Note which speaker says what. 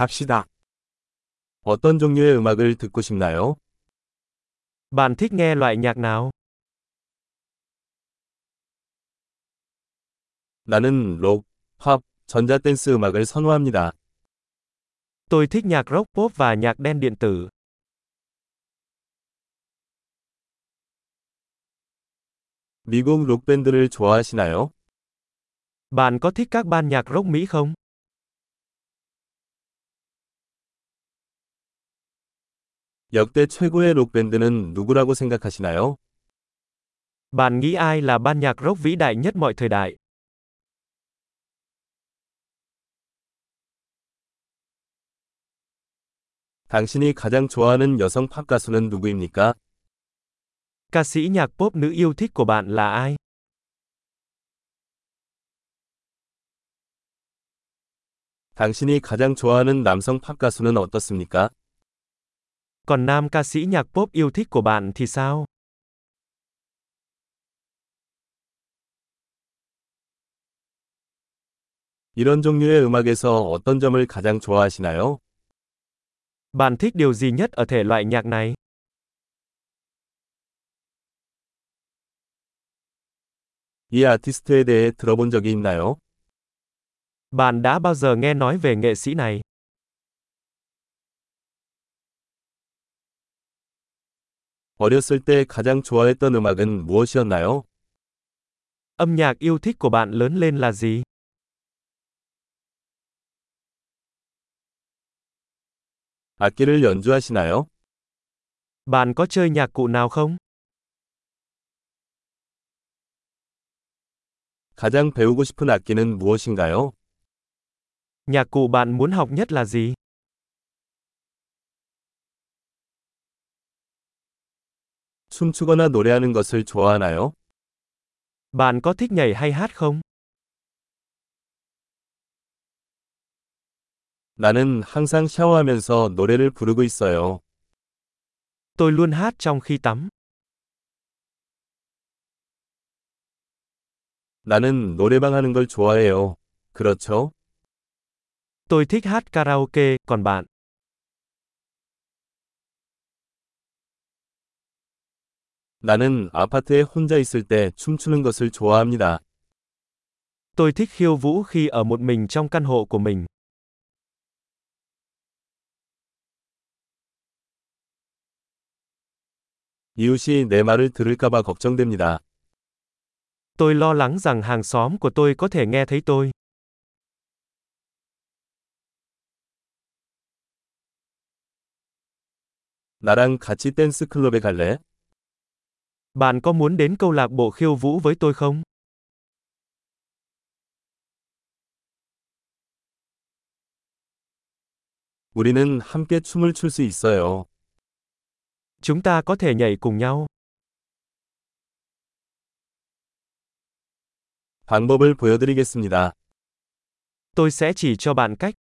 Speaker 1: 갑시다. 어떤 종류의 음악을 듣고 싶나요?
Speaker 2: Bạn thích nghe loại nhạc nào?
Speaker 1: 나는 록, 팝, 전자댄스 음악을 선호합니다.
Speaker 2: Tôi thích nhạc rock pop và nhạc đen điện tử.
Speaker 1: 미국 록밴드를 좋아하시나요?
Speaker 2: Bạn có thích các ban nhạc rock Mỹ không?
Speaker 1: 역대 최고의 록밴드는 누구라고 생각하시나요?
Speaker 2: Bạn nghĩ ai là ban nhạc rock vĩ đại nhất mọi thời đại?
Speaker 1: 당신이 가장 좋아하는 여성 팝 가수는 누구입니까?
Speaker 2: Ca sĩ nhạc pop nữ yêu thích của bạn là ai?
Speaker 1: 당신이 가장 좋아하는 남성 팝 가수는 어떻습니까?
Speaker 2: Còn nam ca sĩ nhạc pop yêu thích của bạn thì sao?
Speaker 1: 이런 종류의 음악에서 어떤 점을 가장 좋아하시나요?
Speaker 2: Bạn thích điều gì nhất ở thể loại nhạc này?
Speaker 1: 이 아티스트에 대해 들어본 적이 있나요?
Speaker 2: Bạn đã bao giờ nghe nói về nghệ sĩ này?
Speaker 1: 어렸을 때 가장 좋아했던 음악은 무엇이었나요?
Speaker 2: Âm nhạc yêu thích của bạn lớn lên là gì?
Speaker 1: 악기를 연주하시나요?
Speaker 2: Bạn có chơi nhạc cụ nào không?
Speaker 1: 가장 배우고 싶은 악기는 무엇인가요?
Speaker 2: Nhạc cụ bạn muốn học nhất là gì?
Speaker 1: 춤추거나 노래하는 것을 좋아하나요?
Speaker 2: Bạn có thích nhảy hay hát không?
Speaker 1: 나는 항상 샤워하면서 노래를 부르고 있어요.
Speaker 2: Tôi luôn hát trong khi tắm.
Speaker 1: 나는 노래방 하는 걸 좋아해요. 그렇죠?
Speaker 2: Tôi thích hát karaoke, còn bạn?
Speaker 1: 나는 아파트에 혼자 있을 때 춤추는 것을 좋아합니다.
Speaker 2: Tôi thích khiêu vũ khi ở một mình trong căn hộ của mình.
Speaker 1: 이웃이 내 말을 들을까봐 걱정됩니다.
Speaker 2: Tôi lo lắng rằng hàng xóm của tôi có thể nghe thấy tôi.
Speaker 1: 나랑 같이 댄스 클럽에 갈래?
Speaker 2: Bạn có muốn đến câu lạc bộ khiêu vũ với tôi không?
Speaker 1: 우리는 함께 춤을 출 수 있어요.
Speaker 2: Chúng ta có thể nhảy cùng nhau.
Speaker 1: 방법을 보여드리겠습니다.
Speaker 2: Tôi sẽ chỉ cho bạn cách.